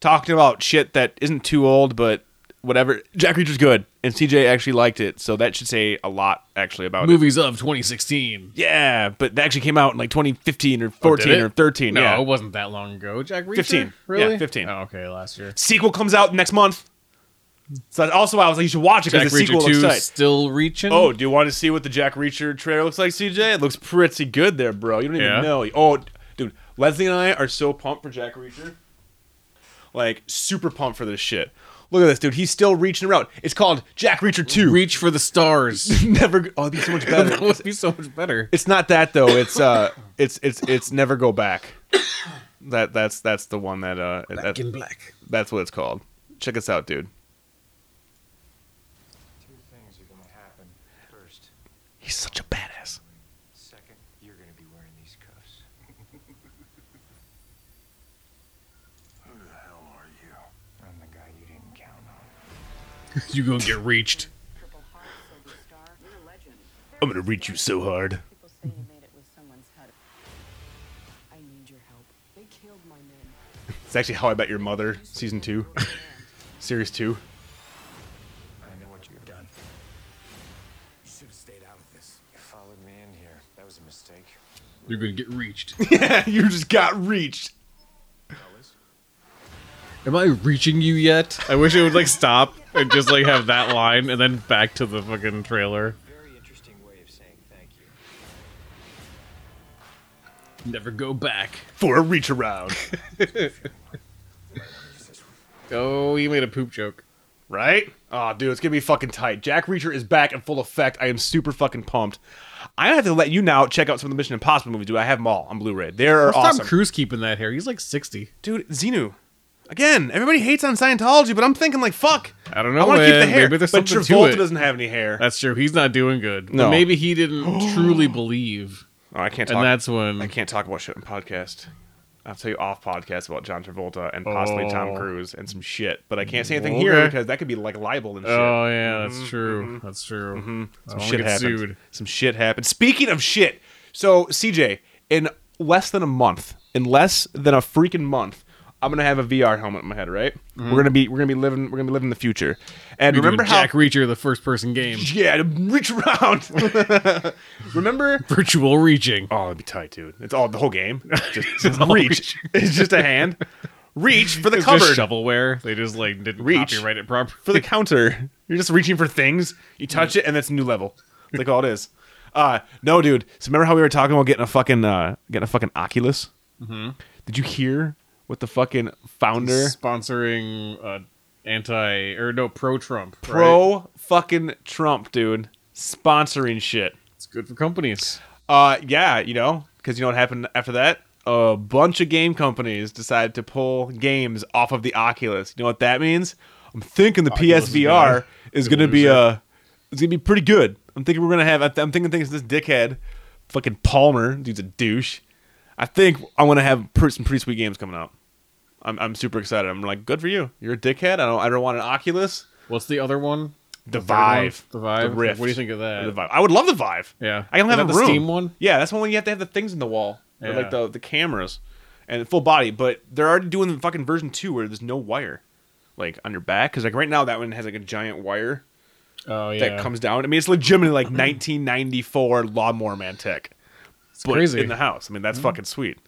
talking about shit that isn't too old, but whatever. Jack Reacher's good, and CJ actually liked it, so that should say a lot actually about Oh, it.
Movies of 2016.
Yeah, but that actually came out in like 2015 or 14
Oh, did it?
or 13.
No,
yeah.
it wasn't that long ago. Jack Reacher.
15.
Really?
Yeah, 15.
Oh, okay, last year.
Sequel comes out next month. So that's also why I was like, you should watch it
Jack
because the sequel
Reacher
looks
2
tight.
still reaching.
Oh, do you want to see what the Jack Reacher trailer looks like, CJ? It looks pretty good there, bro. You don't even
Yeah?
know. Oh, dude, Leslie and I are so pumped for Jack Reacher. Like, super pumped for this shit. Look at this, dude. He's still reaching around. It's called Jack Reacher 2.
reach for the stars.
never. go- Oh, it'd be so much
that
better.
would be so much better.
it's not that though. It's uh, it's it's it's never go back. That that's that's the one that uh, that's,
black.
that's what it's called. Check us out, dude.
Two things are gonna happen. First,
He's such a badass.
second, you're gonna be wearing these cuffs. Who the hell are you? I'm the guy you didn't count on.
You gonna get reached.
Purple Heart, Silver Star, you're a legend.
I'm gonna reach you so hard.
People say you made it with someone's head. I need your help. They killed my men.
It's actually How I Met Your Mother, season two, series two.
I know what you've done. You should have stayed out of this. You followed me in here. That was a mistake.
You're gonna get reached.
you just got reached.
Fellas,
Am I reaching you yet? I wish it would like stop and just like have that line and then back to the fucking trailer.
Very interesting way of saying thank you.
Never go back.
for a reach around,
Oh, you made a poop joke.
right? Oh, dude, it's gonna be fucking tight. Jack Reacher is back in full effect. I am super fucking pumped. I have to let you now check out some of the Mission Impossible movies, dude. I have them all on Blu-ray. They're
What's
awesome,
Tom Cruise keeping that hair? He's like sixty.
dude. Xenu. Again, everybody hates on Scientology, but I'm thinking like, fuck.
I don't know,
I want to keep the
man.
hair,
Maybe there's
but
something to
Travolta
it.
doesn't have any hair.
That's true. He's not doing good. But
No.
maybe he didn't truly believe,
oh, I can't. Talk.
and that's when
I can't talk about shit on podcast. I'll tell you off podcast about John Travolta and possibly Tom
Oh.
Cruise and some shit, but I can't say anything here
Okay.
because that could be like libel and shit.
Oh yeah, that's true. That's true. I
Some
don't
shit
get
happened.
sued.
Some shit happened. Speaking of shit, so CJ, in less than a month, in less than a freaking month, I'm gonna have a VR helmet in my head. Right?
Mm-hmm.
We're gonna be we're gonna be living we're gonna be living the future. And
You do a
remember how?
Jack Reacher, the first person game,
yeah, reach around. remember?
virtual reaching.
Oh, it'd be tight, dude. It's all the whole game. Just, just reach. It's just a hand. Reach for the
It's
cover.
just shovelware. They just like didn't
Reach.
copyright it properly.
for the counter. You're just reaching for things. You touch it, and that's a new level. That's like all it is. Uh, no, dude. So remember how we were talking about getting a fucking uh, getting a fucking Oculus? Did you hear what the fucking founder
sponsoring uh, anti or no pro Trump. right?
pro fucking Trump, dude, sponsoring shit?
It's good for companies.
Uh, yeah, you know, because you know what happened after that? A bunch of game companies decided to pull games off of the Oculus. You know what that means? I'm thinking the
Oculus is
PSVR
gonna-
is
gonna
gonna be
lose out.
uh, it's gonna be pretty good. I'm thinking we're gonna have. I'm thinking things. This dickhead, fucking Palmer, dude's a douche. I think I'm gonna have pr- some pretty sweet games coming out. I'm, I'm super excited. I'm like, good for you. You're a dickhead. I don't. I don't want an Oculus.
What's the other one?
The
third one?
Vive.
The Vive?
The Rift.
What do you think of that?
The Vive. I would love the Vive.
Yeah.
I don't
Is
have a
that the
room.
Steam one?
Yeah, that's one where you have to have the things in the wall, or
Yeah.
like the the cameras and full body. But they're already doing the fucking version two where there's no wire, like on your back. Because like right now that one has like a giant wire
Oh yeah,
that comes down. I mean, it's legitimately like 1994 Lawnmower Man tech,
It's
but
crazy.
in the house. I mean, that's fucking sweet.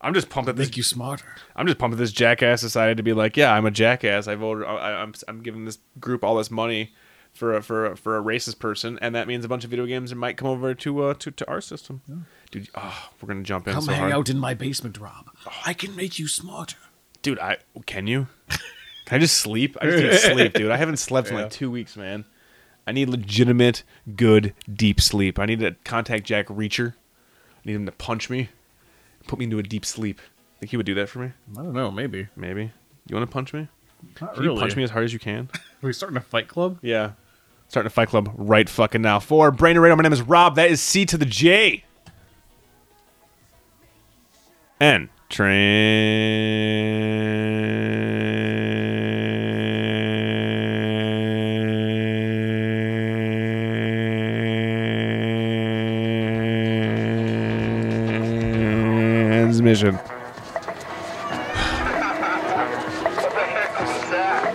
I'm just pumped that this.
you smarter.
I'm just pumped that this jackass decided to be like, yeah, I'm a jackass. I voted. I, I'm I'm giving this group all this money for a, for a, for a racist person, and that means a bunch of video games might come over to uh to, to our system. Dude, oh, we're gonna jump in so hard.
in my basement, Rob. I can make you smarter.
Dude, I can you? Can I just sleep? I just need sleep, dude. I haven't slept in like two weeks, man. I need legitimate, good, deep sleep. I need to contact Jack Reacher. I need him to punch me, put me into a deep sleep. Think he would do that for me?
I don't know. Maybe.
Maybe. You want to punch me?
Not
Can you punch me as hard as you can?
Are we starting a fight club?
Yeah. Starting a fight club right fucking now. For Brainer Radio, my name is Rob. That is C to the J. And transmission.
What the heck was that?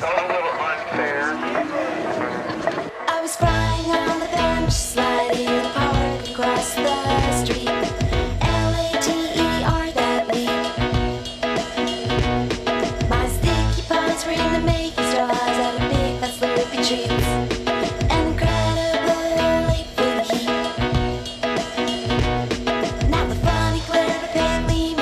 That was a little unfair.
I was crying on the bench, sliding apart across the street. L A T E R that week. My sticky paws were in the making straws out of big fat slurpy treats. An incredible liquid heat. Now the funny glitter paid me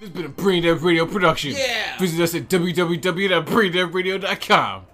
This has been a Brain Dead Radio production. Yeah. Visit us at www.braindeadradio.com.